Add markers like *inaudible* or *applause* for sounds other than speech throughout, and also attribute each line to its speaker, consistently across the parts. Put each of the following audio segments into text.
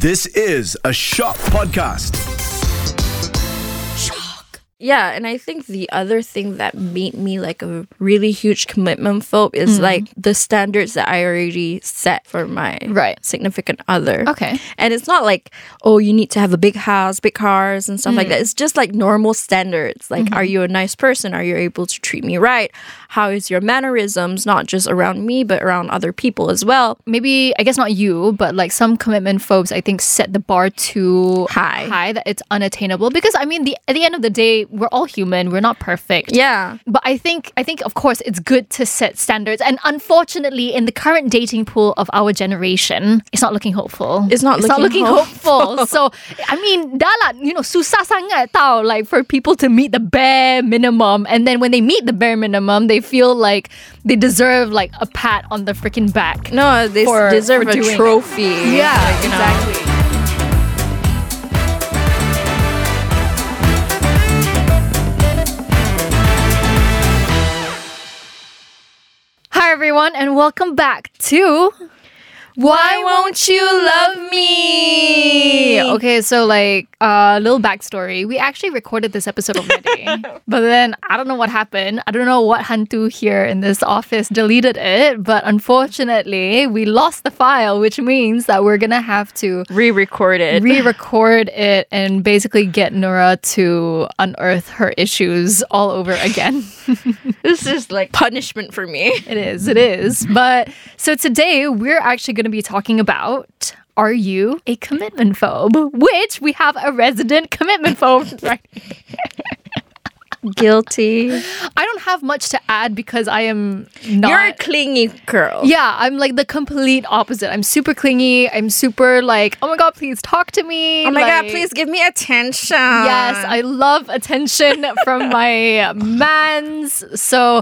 Speaker 1: This is a Shock Podcast.
Speaker 2: Yeah, and I think the other thing that made me like a really huge commitment phobe is
Speaker 3: Mm-hmm.
Speaker 2: like the standards that I already set for my
Speaker 3: Right.
Speaker 2: significant other.
Speaker 3: Okay.
Speaker 2: And it's not like, oh, you need to have a big house, big cars, and
Speaker 3: Mm.
Speaker 2: stuff like that. It's just like normal standards. Like,
Speaker 3: Mm-hmm.
Speaker 2: are you a nice person? Are you able to treat me right? How is your mannerisms, not just around me, but around other people as well?
Speaker 3: Maybe I guess not you, but like some commitment phobes, I think set the bar too
Speaker 2: High.
Speaker 3: high that it's unattainable. Because I mean, the at the end of the day, we're all human. We're not perfect.
Speaker 2: Yeah.
Speaker 3: But I think I think of course it's good to set standards, and unfortunately, in the current dating pool of our generation, it's not looking hopeful.
Speaker 2: It's not looking *laughs*
Speaker 3: hopeful. so I mean, dah lah, you know, susah sangat tau, like for people to meet the bare minimum, and then when they meet the bare minimum, they feel like they deserve like a pat on the freaking back.
Speaker 2: No, they s-
Speaker 3: For-
Speaker 2: deserve
Speaker 3: for
Speaker 2: a
Speaker 3: doing it.
Speaker 2: trophy.
Speaker 3: Yeah,
Speaker 2: Like, you know.
Speaker 3: exactly. Hi everyone, and welcome back to
Speaker 2: Why won't you love me?
Speaker 3: Okay, so like a uh, little backstory. We actually recorded this episode already, but then I don't know what happened. I don't know what Hantu here in this office deleted it, but unfortunately, we lost the file, which means that we're gonna have to
Speaker 2: Re-recorded.
Speaker 3: re-record it and basically get Nora to unearth her issues all over again.
Speaker 2: this is like punishment for me.
Speaker 3: It is, it is. But so today we're actually going to be talking about are you a commitment phobe? Which we have a resident commitment
Speaker 2: *laughs*
Speaker 3: phobe. Right.
Speaker 2: Guilty.
Speaker 3: I don't have much to add because I am not.
Speaker 2: You're a clingy girl.
Speaker 3: yeah, I'm like the complete opposite. I'm super clingy. I'm super like, oh my god, please talk to me.
Speaker 2: Oh my god,
Speaker 3: like-
Speaker 2: please give me attention.
Speaker 3: Yes, I love attention *laughs* from my mans. So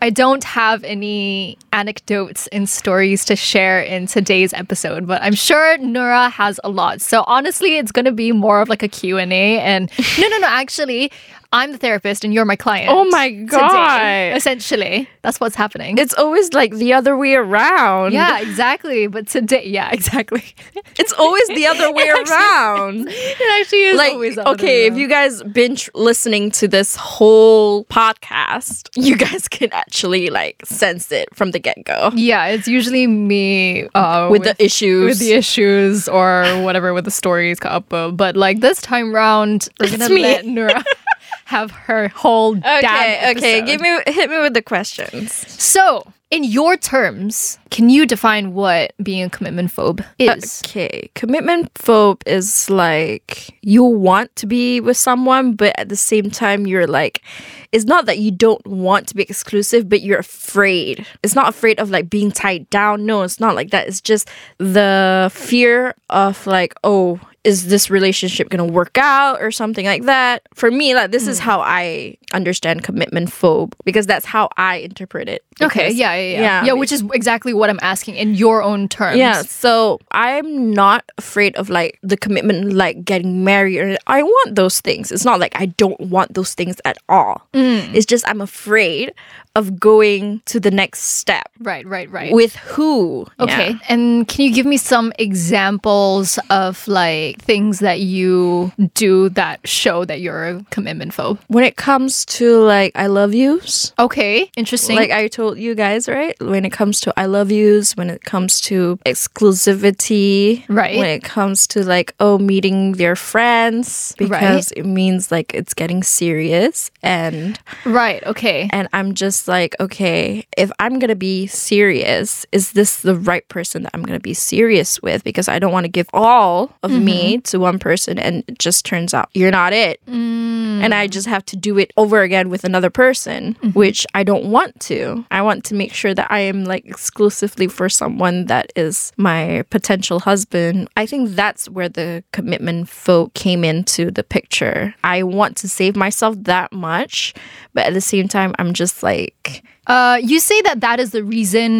Speaker 3: I don't have any anecdotes and stories to share in today's episode, but I'm sure Nora has a lot. So honestly, it's going to be more of like a Q&A and no, no, no, actually, I'm the therapist and you're my client.
Speaker 2: Oh my
Speaker 3: today,
Speaker 2: God.
Speaker 3: essentially, that's what's happening.
Speaker 2: It's always like the other way around.
Speaker 3: yeah, exactly. But today, yeah, *laughs* exactly.
Speaker 2: It's always the other
Speaker 3: *laughs*
Speaker 2: way around.
Speaker 3: it actually is
Speaker 2: Like,
Speaker 3: always the other way
Speaker 2: okay, if
Speaker 3: around.
Speaker 2: you guys binge listening to this whole podcast, you guys can actually like sense it from the get go
Speaker 3: yeah, it's usually me uh,
Speaker 2: with, the issues.
Speaker 3: with the issues or whatever with the stories ka apa. But like this time round, we're
Speaker 2: It's
Speaker 3: gonna
Speaker 2: me.
Speaker 3: let *laughs* Nura have her whole
Speaker 2: okay,
Speaker 3: damn
Speaker 2: okay,
Speaker 3: episode.
Speaker 2: give me hit me with the questions.
Speaker 3: So, in your terms, can you define what being a commitment phobe is?
Speaker 2: Okay, commitment phobe is like you want to be with someone, but at the same time, you're like, it's not that you don't want to be exclusive, but you're afraid. It's not afraid of like being tied down. No, it's not like that. It's just the fear of like, oh, is this relationship gonna work out or something like that? For me, like this is
Speaker 3: Hmm.
Speaker 2: how I understand commitment phobe because that's how I interpret it.
Speaker 3: Okay,
Speaker 2: Because-
Speaker 3: yeah, yeah, yeah, yeah.
Speaker 2: be-
Speaker 3: which is exactly what I'm asking in your own terms.
Speaker 2: yeah, so I'm not afraid of like the commitment, like getting married. Or, I want those things. It's not like I don't want those things at all.
Speaker 3: Mm.
Speaker 2: It's just I'm afraid of going to the next step
Speaker 3: Right, right, right.
Speaker 2: with who.
Speaker 3: Okay.
Speaker 2: Yeah.
Speaker 3: And can you give me some examples of like things that you do that show that you're a commitment phobe?
Speaker 2: When it comes to like I love yous,
Speaker 3: Okay, interesting.
Speaker 2: like I told you guys, right? When it comes to I love yous, when it comes to exclusivity,
Speaker 3: Right.
Speaker 2: When it comes to like oh meeting their friends because it means like it's getting serious and
Speaker 3: right, okay.
Speaker 2: and I'm just like, okay, if I'm gonna be serious, is this the right person that I'm gonna be serious with? Because I don't want to give all of me to one person, and it just turns out you're not it, and
Speaker 3: Mm.
Speaker 2: I just have to do it over again with another person,
Speaker 3: Mm-hmm.
Speaker 2: which I don't want to. I want to make sure that I am like exclusively for someone that is my potential husband. I think that's where the commitment phobe came into the picture. I want to save myself that much, but at the same time, I'm just like,
Speaker 3: Uh, you say that that is the reason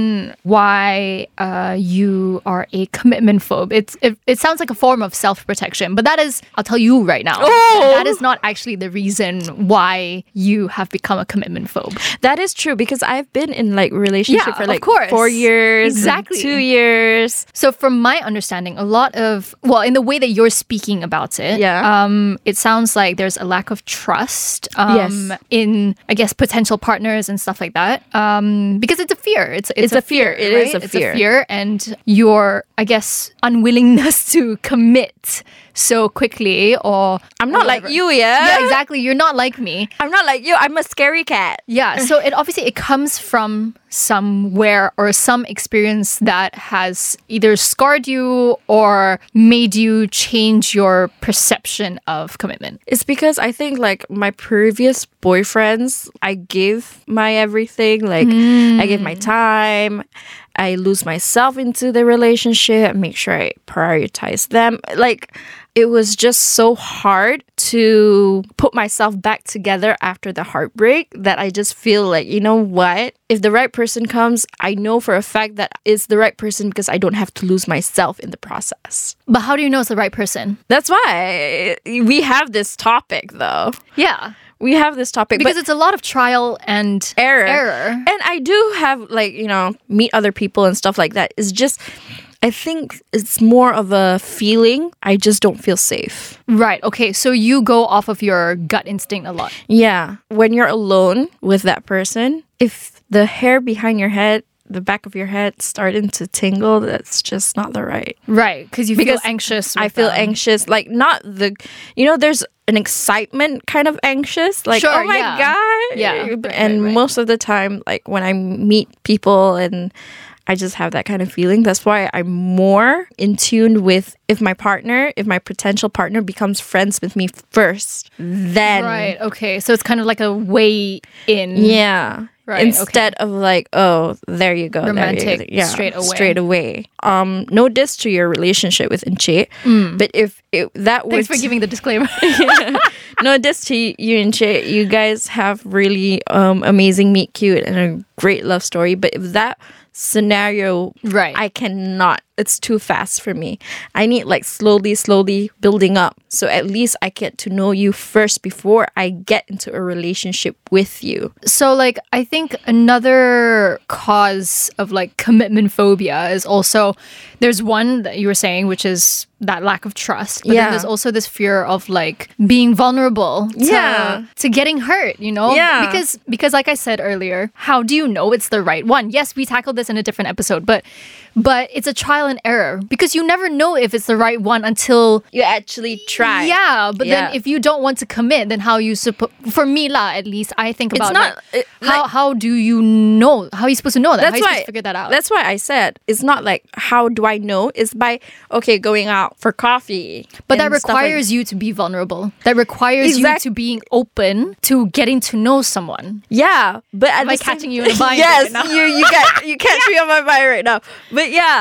Speaker 3: why uh, you are a commitment phobe. It's, it, it sounds like a form of self protection, but that is, I'll tell you right now,
Speaker 2: Oh!
Speaker 3: that is not actually the reason why you have become a commitment phobe.
Speaker 2: That is true because I've been in like relationship
Speaker 3: Yeah,
Speaker 2: for
Speaker 3: of
Speaker 2: like
Speaker 3: course.
Speaker 2: four years, and
Speaker 3: Exactly.
Speaker 2: two years.
Speaker 3: So, from my understanding, a lot of well, in the way that you're speaking about it,
Speaker 2: Yeah.
Speaker 3: um, it sounds like there's a lack of trust, um,
Speaker 2: Yes.
Speaker 3: in I guess potential partners and stuff like that, um, because it's a fear. It's it's,
Speaker 2: It's a fear. It is
Speaker 3: right?
Speaker 2: a fear.
Speaker 3: It's a fear, and your I guess unwillingness *laughs* to commit so quickly, or
Speaker 2: I'm not like you, yeah.
Speaker 3: yeah, exactly. You're not like me.
Speaker 2: I'm not like you. I'm a scary cat.
Speaker 3: Yeah, so it obviously it comes from somewhere or some experience that has either scarred you or made you change your perception of commitment.
Speaker 2: It's because I think like my previous boyfriends, I give my everything. Like I give my time. I lose myself into the relationship. Make sure I prioritize them. Like it was just so hard to put myself back together after the heartbreak that I just feel like you know what? If the right person comes, I know for a fact that it's the right person because I don't have to lose myself in the process.
Speaker 3: But how do you know it's the right person?
Speaker 2: That's why we have this topic though.
Speaker 3: Yeah,
Speaker 2: We have this topic
Speaker 3: because
Speaker 2: but
Speaker 3: it's a lot of trial and
Speaker 2: error.
Speaker 3: error.
Speaker 2: And I do have like, you know, meet other people and stuff like that. It's just I think it's more of a feeling. I just don't feel safe.
Speaker 3: Right. Okay. So you go off of your gut instinct a lot.
Speaker 2: Yeah. When you're alone with that person, if the hair behind your head, the back of your head starting to tingle, that's just not the right
Speaker 3: Right. Because you
Speaker 2: Because
Speaker 3: feel anxious.
Speaker 2: I
Speaker 3: with
Speaker 2: feel
Speaker 3: them.
Speaker 2: anxious. Like not the you know, there's an excitement kind of anxious. Like
Speaker 3: Sure,
Speaker 2: oh my
Speaker 3: yeah.
Speaker 2: god.
Speaker 3: Yeah, right, right,
Speaker 2: and
Speaker 3: right.
Speaker 2: most of the time, like when I meet people and I just have that kind of feeling. That's why I'm more in tune with if my partner, if my potential partner becomes friends with me first, then
Speaker 3: Right. Okay. So it's kind of like a way in.
Speaker 2: yeah.
Speaker 3: Right, okay.
Speaker 2: Instead of like, oh, there you go, there you go.
Speaker 3: Romantic, straight away.
Speaker 2: straight away. Um, no diss to your relationship with Enche, but if it, that
Speaker 3: Mm. Thanks
Speaker 2: was
Speaker 3: for giving the
Speaker 2: *laughs*
Speaker 3: disclaimer.
Speaker 2: no diss to you and Che, you guys have really um amazing meet cute and a great love story, but if that scenario,
Speaker 3: Right.
Speaker 2: I cannot. It's too fast for me. I need like slowly, slowly building up. So at least I get to know you first before I get into a relationship with you.
Speaker 3: So, like, I think another cause of like commitment phobia is also there's one that you were saying, which is that lack of trust. But
Speaker 2: Yeah.
Speaker 3: then there's also this fear of like being vulnerable to,
Speaker 2: Yeah.
Speaker 3: to getting hurt, you know?
Speaker 2: Yeah.
Speaker 3: Because, because like I said earlier, how do you know it's the right one? Yes, we tackled this in a different episode, but but it's a trial and error because you never know if it's the right one until
Speaker 2: You actually try.
Speaker 3: yeah, but
Speaker 2: Yeah.
Speaker 3: then if you don't want to commit, then how you supposed for me lah at least I think about
Speaker 2: not-
Speaker 3: like,
Speaker 2: it-
Speaker 3: how how do you know how are you supposed to know that? how
Speaker 2: That's
Speaker 3: you
Speaker 2: why
Speaker 3: supposed to figure that out.
Speaker 2: That's why I said it's not like how do I know? It's by okay going out for coffee.
Speaker 3: but that
Speaker 2: and stuff like-
Speaker 3: requires you to be vulnerable. That requires
Speaker 2: Exact-
Speaker 3: you to being open to getting to know someone.
Speaker 2: Yeah, but at
Speaker 3: I
Speaker 2: the same-
Speaker 3: catching you
Speaker 2: *laughs*
Speaker 3: in a bind
Speaker 2: yes,
Speaker 3: right now?
Speaker 2: you you get
Speaker 3: *laughs*
Speaker 2: you catch me on my bind right now. But yeah,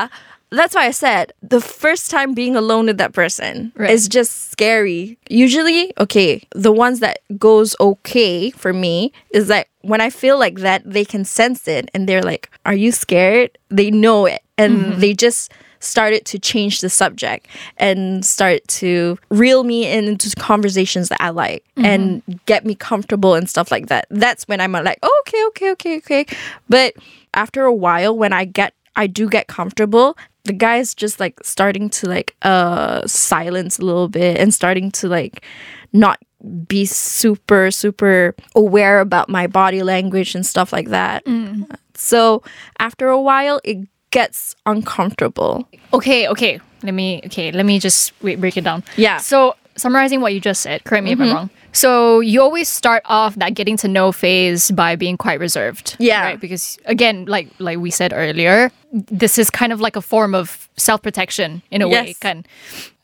Speaker 2: that's why I said the first time being alone with that person
Speaker 3: Right.
Speaker 2: is just scary. Usually, okay, the ones that goes okay for me is that when I feel like that, they can sense it and they're like, "Are you scared?" They know it and they just started to change the subject and start to reel me in into conversations that I like and get me comfortable and stuff like that. That's when I'm like, oh, okay, okay, okay, okay. But after a while, when I get, I do get comfortable. The guy's just like starting to like uh silence a little bit and starting to like not be super super aware about my body language and stuff like that. So after a while, it gets uncomfortable.
Speaker 3: Okay, okay. Let me okay, let me just wait, break it down.
Speaker 2: Yeah. Mm-hmm.
Speaker 3: So summarizing what you just said, correct me if I'm wrong. So you always start off that getting to know phase by being quite reserved.
Speaker 2: Yeah.
Speaker 3: Right. Because again, like like we said earlier, this is kind of like a form of self protection in a way.
Speaker 2: Yes.
Speaker 3: Kan.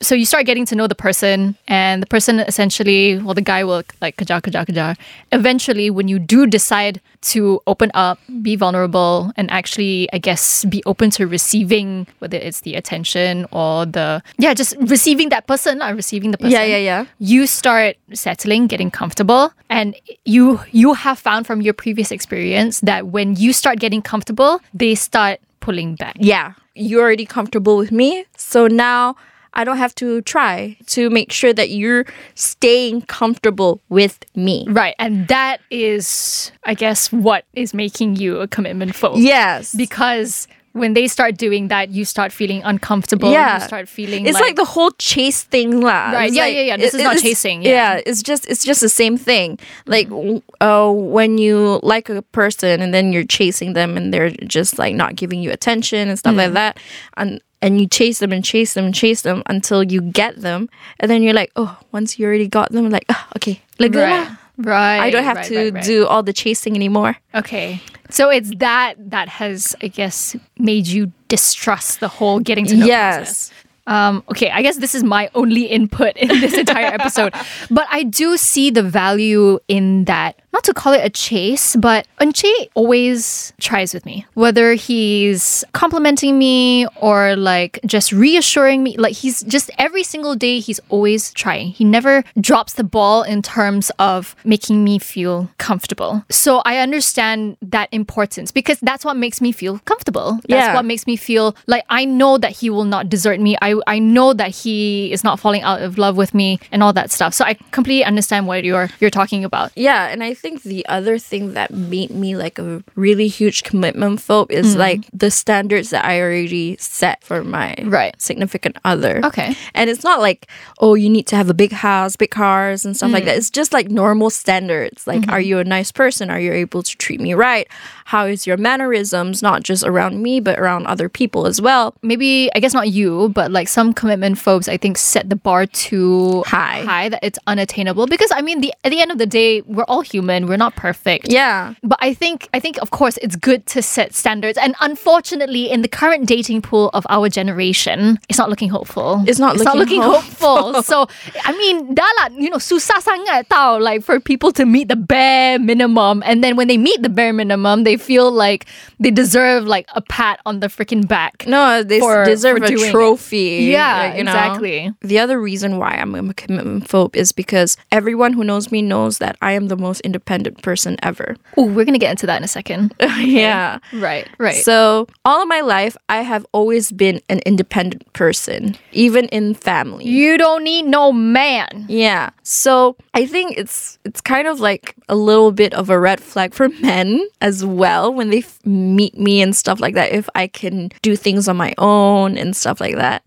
Speaker 3: So you start getting to know the person, and the person essentially, well, the guy will like kajar, kajar, kajar. Eventually, when you do decide to open up, be vulnerable, and actually, I guess, be open to receiving, whether it's the attention or the, yeah, just receiving that person, not receiving the person
Speaker 2: Yeah, yeah, yeah.
Speaker 3: you start settling getting comfortable and you you have found from your previous experience that when you start getting comfortable they start pulling back
Speaker 2: yeah, you're already comfortable with me. So now I don't have to try to make sure that you're staying comfortable with me.
Speaker 3: right and that is i guess what is making you a commitment phobe
Speaker 2: Yes.
Speaker 3: because when they start doing that you start feeling uncomfortable
Speaker 2: yeah.
Speaker 3: you start feeling
Speaker 2: It's like, the whole chase thing lah.
Speaker 3: Right,
Speaker 2: It's
Speaker 3: yeah,
Speaker 2: like-
Speaker 3: yeah, yeah, this
Speaker 2: it-
Speaker 3: is not
Speaker 2: it's-
Speaker 3: chasing,
Speaker 2: Yeah.
Speaker 3: yeah. Mm.
Speaker 2: It's just it's just the same thing. Like w- uh when you like a person and then you're chasing them and they're just like not giving you attention and stuff like
Speaker 3: Mm.
Speaker 2: that. And and you chase them and chase them and chase them until you get them and then you're like, "Oh, once you already got them, like, "Ah, okay. Like
Speaker 3: right right
Speaker 2: I don't have
Speaker 3: right,
Speaker 2: to
Speaker 3: right, right.
Speaker 2: do all the chasing anymore.
Speaker 3: okay so it's that that has i guess made you distrust the whole getting to know process. Um, okay, I guess this is my only input in this entire episode. But I do see the value in that, not to call it a chase, but Unche always tries with me. Whether he's complimenting me or like just reassuring me, like he's just every single day, he's always trying. He never drops the ball in terms of making me feel comfortable. So I understand that importance because that's what makes me feel comfortable. That's
Speaker 2: Yeah.
Speaker 3: what makes me feel like I know that he will not desert me. I, I know that he is not falling out of love with me and all that stuff. So I completely understand what you're you're talking about.
Speaker 2: Yeah, and I think the other thing that made me like a really huge commitment phobe is
Speaker 3: Mm-hmm.
Speaker 2: like the standards that I already set for my
Speaker 3: Right.
Speaker 2: significant other.
Speaker 3: Okay.
Speaker 2: And it's not like, oh, you need to have a big house, big cars and stuff
Speaker 3: Mm.
Speaker 2: like that. It's just like normal standards.
Speaker 3: Mm-hmm.
Speaker 2: Like are you a nice person? Are you able to treat me right? How is your mannerisms not just around me but around other people as well?
Speaker 3: Maybe I guess not you, but like some commitment phobes, I think set the bar too
Speaker 2: High.
Speaker 3: high that it's unattainable. Because I mean, the at the end of the day, we're all human. We're not perfect.
Speaker 2: Yeah.
Speaker 3: But I think I think of course it's good to set standards and unfortunately in the current dating pool of our generation it's not looking hopeful.
Speaker 2: It's not looking *laughs*
Speaker 3: hopeful. so I mean dah lah, you know susah sangat tau like for people to meet the bare minimum and then when they meet the bare minimum they feel like they deserve like a pat on the freaking back.
Speaker 2: No, they s-
Speaker 3: for-
Speaker 2: deserve
Speaker 3: for
Speaker 2: a
Speaker 3: doing it.
Speaker 2: trophy.
Speaker 3: Yeah,
Speaker 2: like, you know.
Speaker 3: exactly.
Speaker 2: The other reason why I'm a commitment phobe is because everyone who knows me knows that I am the most independent person
Speaker 3: *laughs*
Speaker 2: ever.
Speaker 3: Oh, we're going to get into that in a
Speaker 2: *laughs*
Speaker 3: second.
Speaker 2: yeah.
Speaker 3: right, right.
Speaker 2: So, all of my life, I have always been an independent person, even in family.
Speaker 3: you don't need no man.
Speaker 2: Yeah. So I think it's it's kind of like a little bit of a red flag for *laughs* men as well when they f- meet me and stuff like that. If I can do things on my own and stuff like that,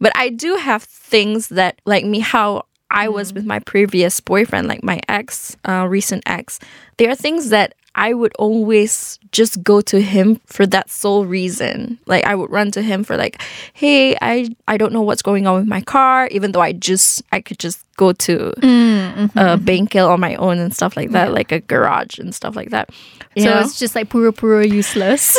Speaker 2: but I do have things that like me how. I was with my previous boyfriend, like my ex, uh, recent ex. There are things that I would always just go to him for that sole reason. Like I would run to him for like, "Hey, I I don't know what's going on with my car," even though I just I could just go to a Bankel on my own and stuff like that, like a garage and stuff like that.
Speaker 3: So it's just like pura pura
Speaker 2: *laughs*
Speaker 3: useless.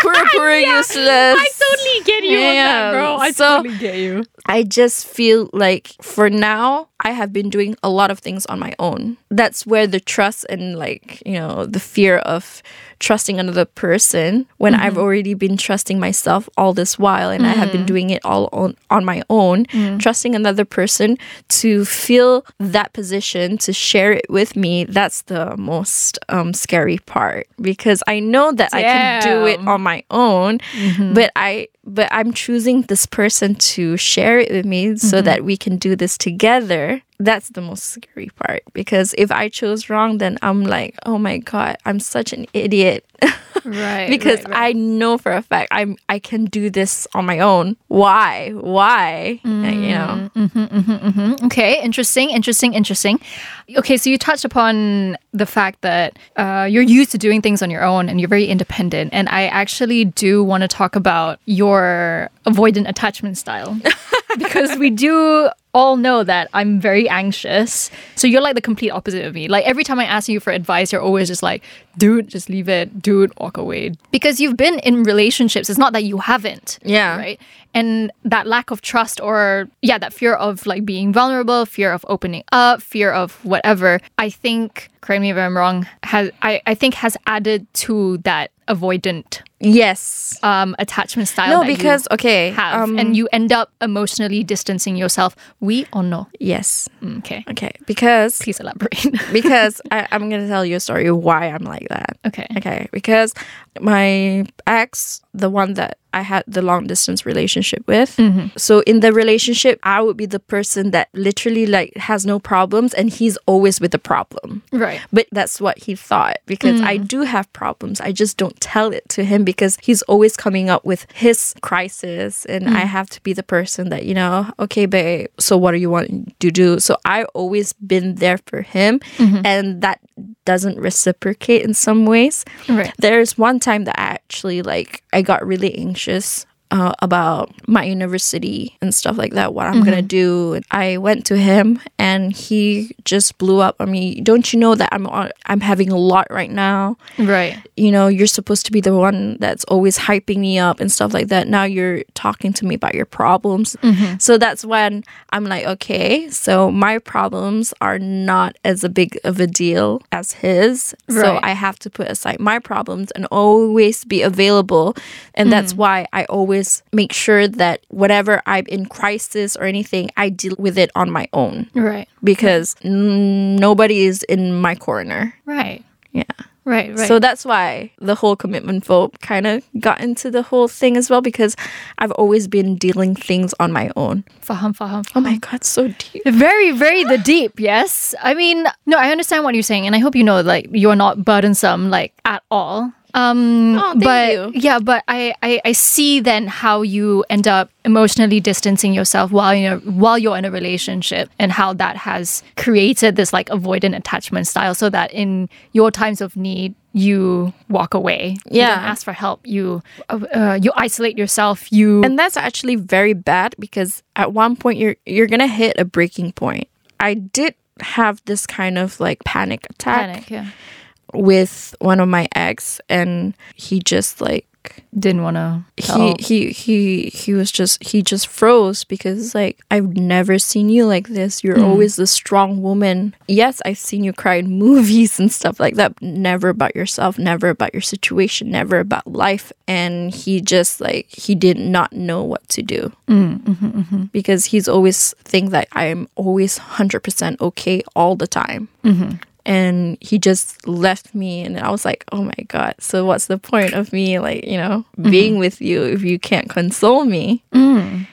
Speaker 2: pura pura useless. I
Speaker 3: totally get you on
Speaker 2: Yeah.
Speaker 3: that, bro. I
Speaker 2: So-
Speaker 3: totally get you.
Speaker 2: just feel like for now I have been doing a lot of things on my own. That's where the trust and like, you know, the fear of trusting another person when I've already been trusting myself all this while and I have been doing it all on, on my own, trusting another person to feel that position to share it with me, that's the most um, scary part because I know that I can do it
Speaker 3: Damn.
Speaker 2: on my own,
Speaker 3: Mm-hmm.
Speaker 2: but I but I'm choosing this person to share it with me so
Speaker 3: Mm-hmm.
Speaker 2: that we can do this together. That's the most scary part because if I chose wrong, then I'm like, oh my god, I'm such an idiot. *laughs*
Speaker 3: Right.
Speaker 2: because I know for a fact I'm I can do this on my own. Why? Why? Like, you know.
Speaker 3: Mm-hmm. Okay, interesting, interesting, interesting. Okay, so you touched upon the fact that uh, you're used to doing things on your own and you're very independent. And I actually do want to talk about your avoidant attachment style because we do all know that I'm very anxious. So you're like the complete opposite of me. Like every time I ask you for advice, you're always just like, dude, just leave it. Dude, walk away. Because you've been in relationships. It's not that you haven't.
Speaker 2: Yeah.
Speaker 3: Right. And that lack of trust or yeah, that fear of like being vulnerable, fear of opening up, fear of whatever, I think, correct me if I'm wrong, has I, I think has added to that avoidant
Speaker 2: Yes.
Speaker 3: um attachment style.
Speaker 2: No,
Speaker 3: that you
Speaker 2: because okay.
Speaker 3: have
Speaker 2: um,
Speaker 3: and you end up emotionally distancing yourself. We or no?
Speaker 2: yes.
Speaker 3: Okay.
Speaker 2: Okay. Because
Speaker 3: Please elaborate. *laughs*
Speaker 2: because I, I'm gonna tell you a story why I'm like that.
Speaker 3: okay.
Speaker 2: Okay, because my ex, the one that I had the long distance relationship with, so in the relationship, I would be the person that literally like has no problems, and he's always with the problem.
Speaker 3: Right.
Speaker 2: But that's what he thought because I do have problems. I just don't tell it to him because he's always coming up with his crisis, and I have to be the person that you know. Okay, babe. So what do you want to do? So I always been there for him, and that doesn't reciprocate in some ways.
Speaker 3: Right.
Speaker 2: There's one time that I actually like I got really anxious uh, about my university and stuff like that, what I'm gonna do. And I went to him and he just blew up on me. Don't you know that I'm on, I'm having a lot right now?
Speaker 3: Right.
Speaker 2: You know, you're supposed to be the one that's always hyping me up and stuff like that. Now you're talking to me about your problems. So that's when I'm like, okay, so my problems are not as a big of a deal as his. So
Speaker 3: Right.
Speaker 2: I have to put aside my problems and always be available. And that's why I always make sure that whatever I'm in crisis or anything, I deal with it on my own
Speaker 3: Right.
Speaker 2: because n- nobody is in my corner.
Speaker 3: Right.
Speaker 2: Yeah.
Speaker 3: Right. Right.
Speaker 2: So that's why the whole commitment phobe kind of got into the whole thing as well because I've always been dealing things on my own.
Speaker 3: faham, faham.
Speaker 2: Oh my god, so deep.
Speaker 3: Um, Very, very the deep, yes. I mean, no, I understand what you're saying, and I hope you know, like, you're not burdensome, like, at all. Um,
Speaker 2: Oh, thank
Speaker 3: but
Speaker 2: you.
Speaker 3: yeah, but I, I, I see then how you end up emotionally distancing yourself while you're while you're in a relationship, and how that has created this like avoidant attachment style, so that in your times of need, you walk away. you
Speaker 2: Yeah.
Speaker 3: don't ask for help. You, uh, uh, you isolate yourself. You
Speaker 2: And that's actually very bad because at one point you're you're going to hit a breaking point. I did have this kind of like panic attack
Speaker 3: panic. Yeah,
Speaker 2: with one of my ex and he just like
Speaker 3: didn't want to.
Speaker 2: he, he he he was just he just froze because like I've never seen you like this. You're always the strong woman. Yes, I've seen you cry in *laughs* movies and stuff like that. but Never about yourself, never about your situation, never about life. And he just like he did not know what to do because he's always think that I'm always hundred percent okay all the time. And he just left me, and I was like, "Oh my god! So what's the point of me, like you know, being with you if you can't console me?"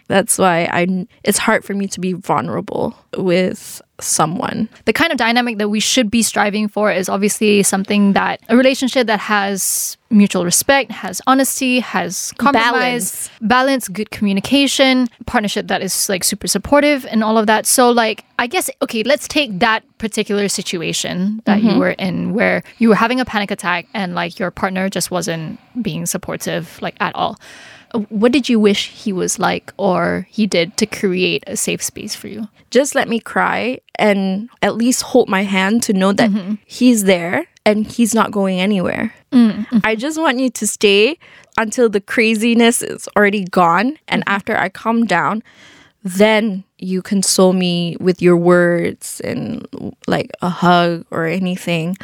Speaker 2: That's why I. It's hard for me to be vulnerable with someone.
Speaker 3: the kind of dynamic that we should be striving for is obviously something that a relationship that has mutual respect, has honesty, has compromise, balance, good communication, partnership that is like super supportive and all of that. So like I guess okay, let's take that particular situation that you were in where you were having a panic attack and like your partner just wasn't being supportive like at all. What did you wish he was like or he did to create a safe space for you?
Speaker 2: Just let me cry and at least hold my hand to know that he's there and he's not going anywhere. I just want you to stay until the craziness is already gone. And after I calm down, then you console me with your words and like a hug or anything,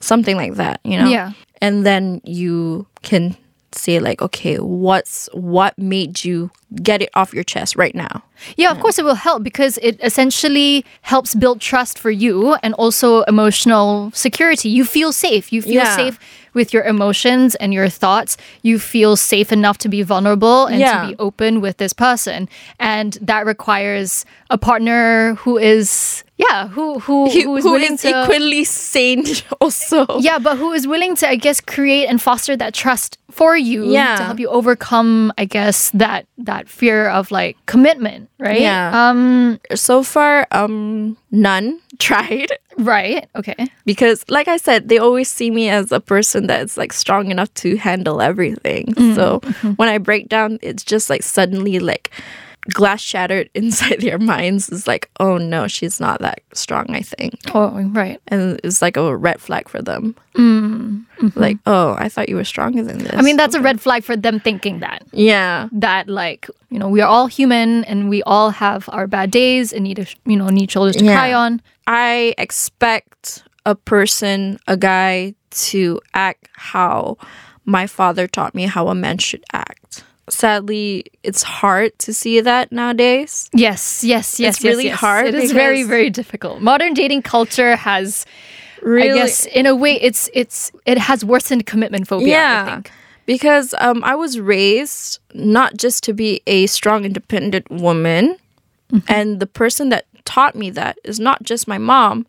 Speaker 2: something like that, you know?
Speaker 3: Yeah.
Speaker 2: And then you can say like okay what's what made you get it off your chest right now
Speaker 3: Yeah, of course it will help because it essentially helps build trust for you and also emotional security. You feel safe. You feel
Speaker 2: Yeah.
Speaker 3: safe with your emotions and your thoughts. You feel safe enough to be vulnerable and
Speaker 2: Yeah.
Speaker 3: to be open with this person. And that requires a partner who is yeah, who who
Speaker 2: He-
Speaker 3: who is
Speaker 2: who
Speaker 3: willing
Speaker 2: is
Speaker 3: to
Speaker 2: equally sane *laughs* also.
Speaker 3: yeah, but who is willing to, I guess, create and foster that trust for you
Speaker 2: Yeah.
Speaker 3: to help you overcome, I guess, that that fear of like commitment, right?
Speaker 2: Yeah.
Speaker 3: Um.
Speaker 2: So far, um, none tried
Speaker 3: Right. Okay.
Speaker 2: because, like I said, they always see me as a person that's like strong enough Mm-hmm. to handle everything. So when I break down, it's just like suddenly like glass shattered *laughs* inside their minds is like, oh no, she's not that strong, I think.
Speaker 3: Oh, right.
Speaker 2: And it's like a red flag for them. Like, oh, I thought you were stronger than this.
Speaker 3: I mean, that's a red flag for them thinking that.
Speaker 2: yeah.
Speaker 3: That like you know we are all human and we all have our bad days and need a, sh- you know need shoulders to
Speaker 2: Yeah.
Speaker 3: cry on.
Speaker 2: I expect a person, a guy, to act how my father taught me how a man should act. Sadly, it's hard to see that nowadays.
Speaker 3: Yes, yes, yes.
Speaker 2: It's
Speaker 3: yes,
Speaker 2: really
Speaker 3: yes.
Speaker 2: hard
Speaker 3: It is very,
Speaker 2: because-
Speaker 3: very difficult. Modern dating culture has,
Speaker 2: Really,
Speaker 3: I guess, in a way, it's it's it has worsened commitment phobia. I
Speaker 2: yeah.
Speaker 3: think.
Speaker 2: Because um, I was raised not just to be a strong, independent woman, and the person that taught me that is not just my mom,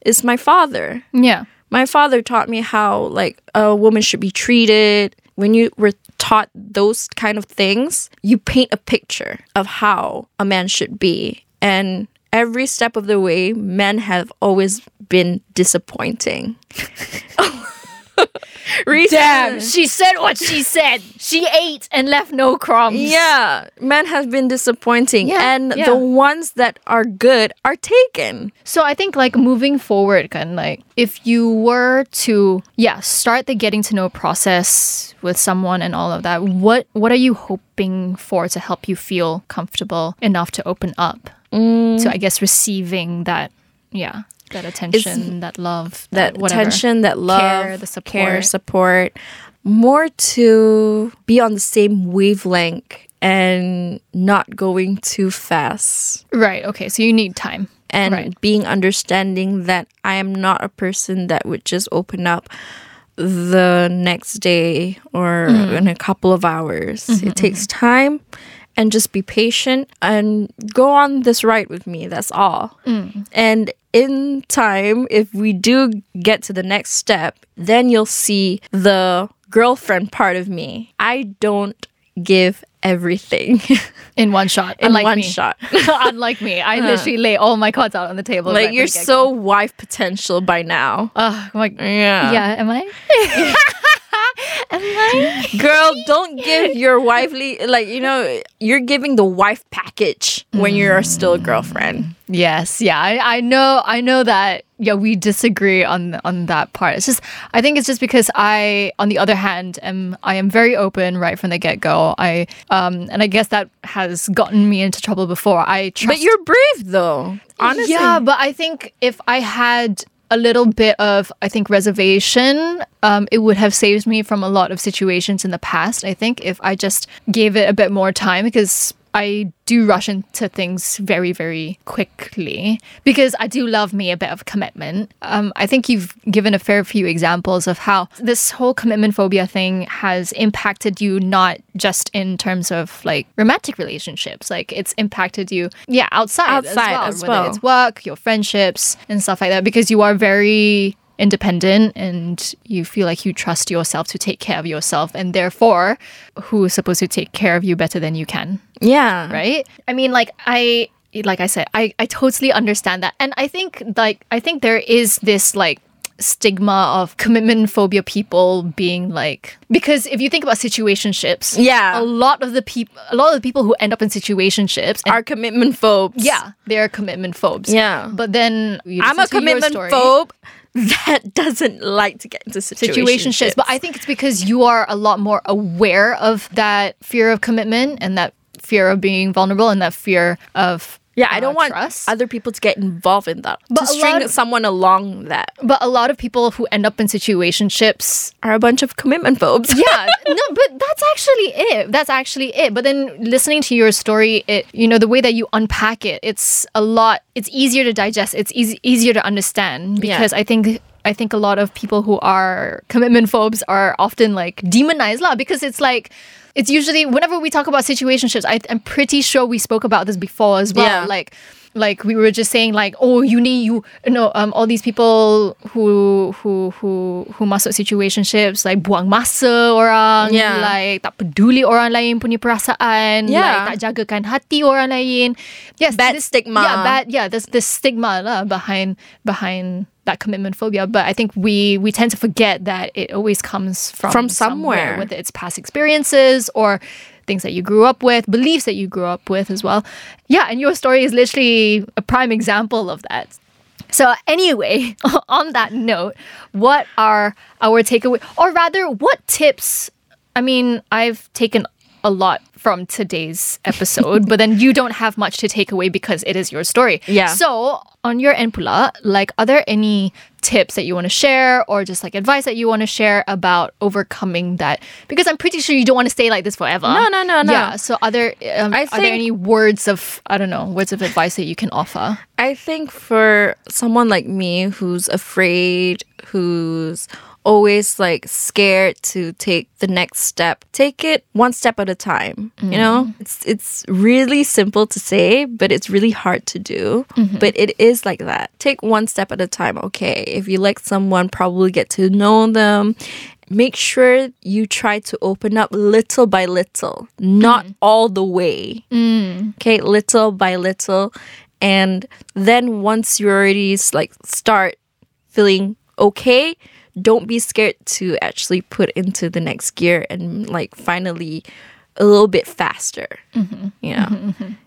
Speaker 2: it's my father.
Speaker 3: Yeah.
Speaker 2: my father taught me how like a woman should be treated when you were taught those kind of things you paint a picture of how a man should be and every step of the way men have always been disappointing *laughs* Recently-
Speaker 3: she said what she said. She ate and left no crumbs.
Speaker 2: yeah men have been disappointing
Speaker 3: Yeah,
Speaker 2: and
Speaker 3: yeah.
Speaker 2: the ones that are good are taken
Speaker 3: So I think like moving forward, kan, like if you were to yeah start the getting to know process with someone and all of that, what what are you hoping for to help you feel comfortable enough to open up
Speaker 2: Mm.
Speaker 3: to I guess receiving that yeah that attention, that love, that,
Speaker 2: that
Speaker 3: whatever.
Speaker 2: attention, that love,
Speaker 3: Care, the
Speaker 2: care,
Speaker 3: support.
Speaker 2: support, more to be on the same wavelength and not going too fast
Speaker 3: Right. Okay. So you need time.
Speaker 2: and
Speaker 3: Right.
Speaker 2: being understanding that I am not a person that would just open up the next day or
Speaker 3: Mm-hmm.
Speaker 2: in a couple of hours. it takes time and just be patient and go on this ride with me. That's all.
Speaker 3: Mm.
Speaker 2: And in time, if we do get to the next step, then you'll see the girlfriend part of me. I don't give everything *laughs*
Speaker 3: In one shot.
Speaker 2: in
Speaker 3: unlike
Speaker 2: one
Speaker 3: me.
Speaker 2: shot.
Speaker 3: *laughs*
Speaker 2: Uh.
Speaker 3: unlike
Speaker 2: *laughs*
Speaker 3: me, I literally lay all my cards out on the table. right
Speaker 2: Like
Speaker 3: from
Speaker 2: you're
Speaker 3: the get-go.
Speaker 2: so wife potential by now.
Speaker 3: Ugh, I'm like,
Speaker 2: Yeah.
Speaker 3: yeah, am I? am I? *laughs*
Speaker 2: Girl, don't give your wifely like you know, you're giving the wife package when you're still a girlfriend.
Speaker 3: Yes, yeah, I, I know, I know that. Yeah, we disagree on on that part. It's just, I think it's just because I, on the other hand, am I am very open right from the get go. I um, and I guess that has gotten me into trouble before. I trust.
Speaker 2: But you're brave though. Honestly.
Speaker 3: Yeah, but I think if I had a little bit of, I think, reservation, um, it would have saved me from a lot of situations in the past. I think if I just gave it a bit more time because. I do rush into things very, very quickly because I do love me a bit of commitment. Um, I think you've given a fair few examples of how this whole commitment phobia thing has impacted you, not just in terms of like romantic relationships, like it's impacted you, yeah, outside,
Speaker 2: Outside as
Speaker 3: as well. whether
Speaker 2: well.
Speaker 3: it's work, your friendships, and stuff like that, because you are very independent and you feel like you trust yourself to take care of yourself, and therefore, who is supposed to take care of you better than you can,
Speaker 2: Yeah.
Speaker 3: right? I mean, like I, like I said, I I totally understand that, and I think like I think there is this like stigma of commitment phobia people being like because if you think about situationships
Speaker 2: Yeah.
Speaker 3: a lot of the people a lot of the people who end up in situationships and
Speaker 2: Our commitment phobes.
Speaker 3: yeah, they're commitment phobes.
Speaker 2: Yeah.
Speaker 3: but then you
Speaker 2: I'm
Speaker 3: listen
Speaker 2: a
Speaker 3: to your
Speaker 2: commitment
Speaker 3: story,
Speaker 2: phobe that *laughs* doesn't like to get into situationships.
Speaker 3: Situationships, but I think it's because you are a lot more aware of that fear of commitment and that fear of being vulnerable and that fear of
Speaker 2: yeah, I don't
Speaker 3: uh,
Speaker 2: want
Speaker 3: trust.
Speaker 2: other people to get involved in that.
Speaker 3: But
Speaker 2: to
Speaker 3: a
Speaker 2: string
Speaker 3: lot of-
Speaker 2: someone along that
Speaker 3: but a lot of people who end up in situationships
Speaker 2: are a bunch of commitment phobes.
Speaker 3: *laughs* yeah no but that's actually it that's actually it but then listening to your story it you know the way that you unpack it it's a lot it's easier to digest it's easy, easier to understand
Speaker 2: Yeah.
Speaker 3: because i think I think a lot of people who are commitment phobes are often like demonized lah because it's like it's usually whenever we talk about situationships I, I'm pretty sure we spoke about this before as well
Speaker 2: Yeah.
Speaker 3: like like we were just saying like oh you need you you know um all these people who who who who masuk situationships like buang masa orang
Speaker 2: Yeah.
Speaker 3: like tak peduli orang lain punya perasaan
Speaker 2: Yeah.
Speaker 3: like tak jagakan hati orang lain yes
Speaker 2: Bad stigma.
Speaker 3: yeah bad yeah there's this stigma lah behind behind that commitment phobia but i think we we tend to forget that it always comes from
Speaker 2: From somewhere.
Speaker 3: whether it's past experiences or things that you grew up with, beliefs that you grew up with as well. Yeah, and your story is literally a prime example of that. So, anyway, *laughs* on that note, what are our takeaway, or rather, what tips? I mean, I've taken a lot from today's episode, but then you don't have much to take away because it is your story.
Speaker 2: Yeah.
Speaker 3: So, on your end, Pula, like, are there any tips that you want to share, or just like advice that you want to share about overcoming that? Because I'm pretty sure you don't want to stay like this forever.
Speaker 2: No, no, no, no.
Speaker 3: Yeah. So, are there um,
Speaker 2: I
Speaker 3: are there
Speaker 2: think-
Speaker 3: any words of I don't know words of advice that you can offer?
Speaker 2: I think for someone like me who's afraid, who's always like scared to take the next step, take it one step at a time. You know? It's it's really simple to say, but it's really hard to do. But it is like that. Take one step at a time. Okay. If you like someone, probably get to know them make sure you try to open up little by little, not all the way. Okay, little by little. And then once you already s- like start feeling okay, don't be scared to actually put into the next gear and like finally a little bit faster. You know,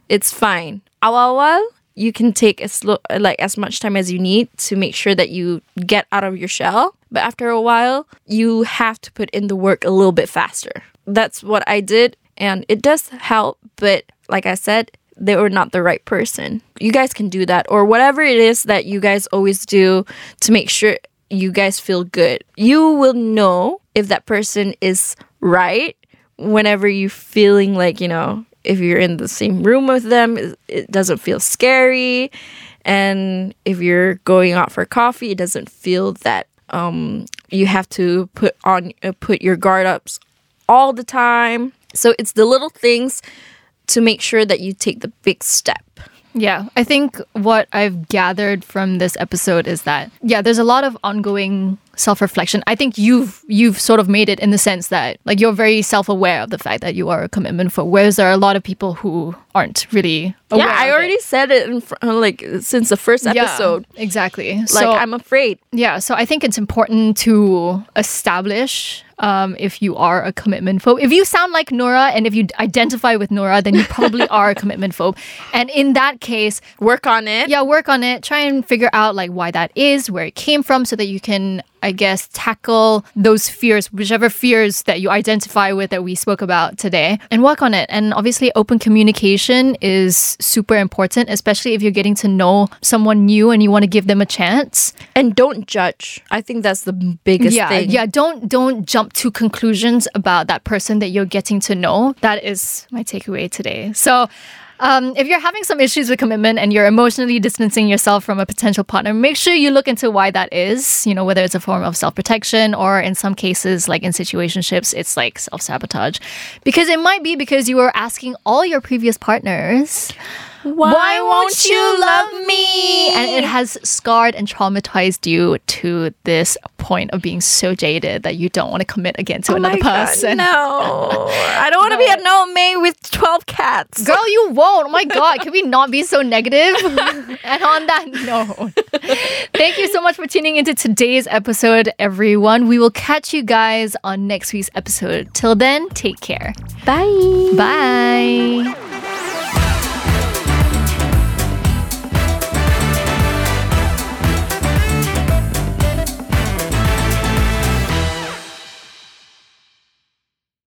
Speaker 2: it's fine. Awal, you can take as slow, like as much time as you need to make sure that you get out of your shell. But after a while, you have to put in the work a little bit faster. That's what I did, and it does help. But like I said, they were not the right person. You guys can do that, or whatever it is that you guys always do to make sure you guys feel good. You will know if that person is right whenever you feeling like you know if you're in the same room with them it- it doesn't feel scary and if you're going out for coffee it doesn't feel that um you have to put on uh, put your guard ups all the time so it's the little things to make sure that you take the big step
Speaker 3: Yeah, I think what I've gathered from this episode is that yeah, there's a lot of ongoing self-reflection. I think you've you've sort of made it in the sense that like you're very self-aware of the fact that you are a commitment for whereas there are a lot of people who aren't really aware.
Speaker 2: yeah i
Speaker 3: of
Speaker 2: already
Speaker 3: it.
Speaker 2: said it in fr- uh, like since the first
Speaker 3: Oh, Yeah,
Speaker 2: episode
Speaker 3: exactly.
Speaker 2: like
Speaker 3: so,
Speaker 2: i'm afraid
Speaker 3: yeah, so I think it's important to establish um, if you are a commitment phobe. If you sound like Nora and if you d- identify with Nora, then you
Speaker 2: *laughs*
Speaker 3: probably are a commitment phobe. And in that case,
Speaker 2: work on it
Speaker 3: yeah work on it try and figure out like why that is where it came from so that you can i guess tackle those fears whichever fears that you identify with that we spoke about today and work on it and obviously open communication is super important especially if you're getting to know someone new and you want to give them a chance
Speaker 2: and don't judge i think that's the biggest
Speaker 3: yeah,
Speaker 2: thing
Speaker 3: Yeah, don't don't jump to conclusions about that person that you're getting to know. That is my takeaway today. So um, if you're having some issues with commitment and you're emotionally distancing yourself from a potential partner, make sure you look into why that is. You know, whether it's a form of self protection or in some cases, like in situationships, it's like self sabotage. Because it might be because you were asking all your previous partners why won't you love me? And it has scarred and traumatized you to this point of being so jaded that you don't want to commit again to another person.
Speaker 2: Oh
Speaker 3: *laughs*
Speaker 2: no, I don't want to be an old maid with twelve cats.
Speaker 3: Girl, you won't. Oh my God. Can we not be so
Speaker 2: *laughs*
Speaker 3: negative? and on that note, thank you so much for tuning into today's episode, everyone. We will catch you guys on next week's episode. Till then, take care.
Speaker 2: Bye.
Speaker 3: Bye.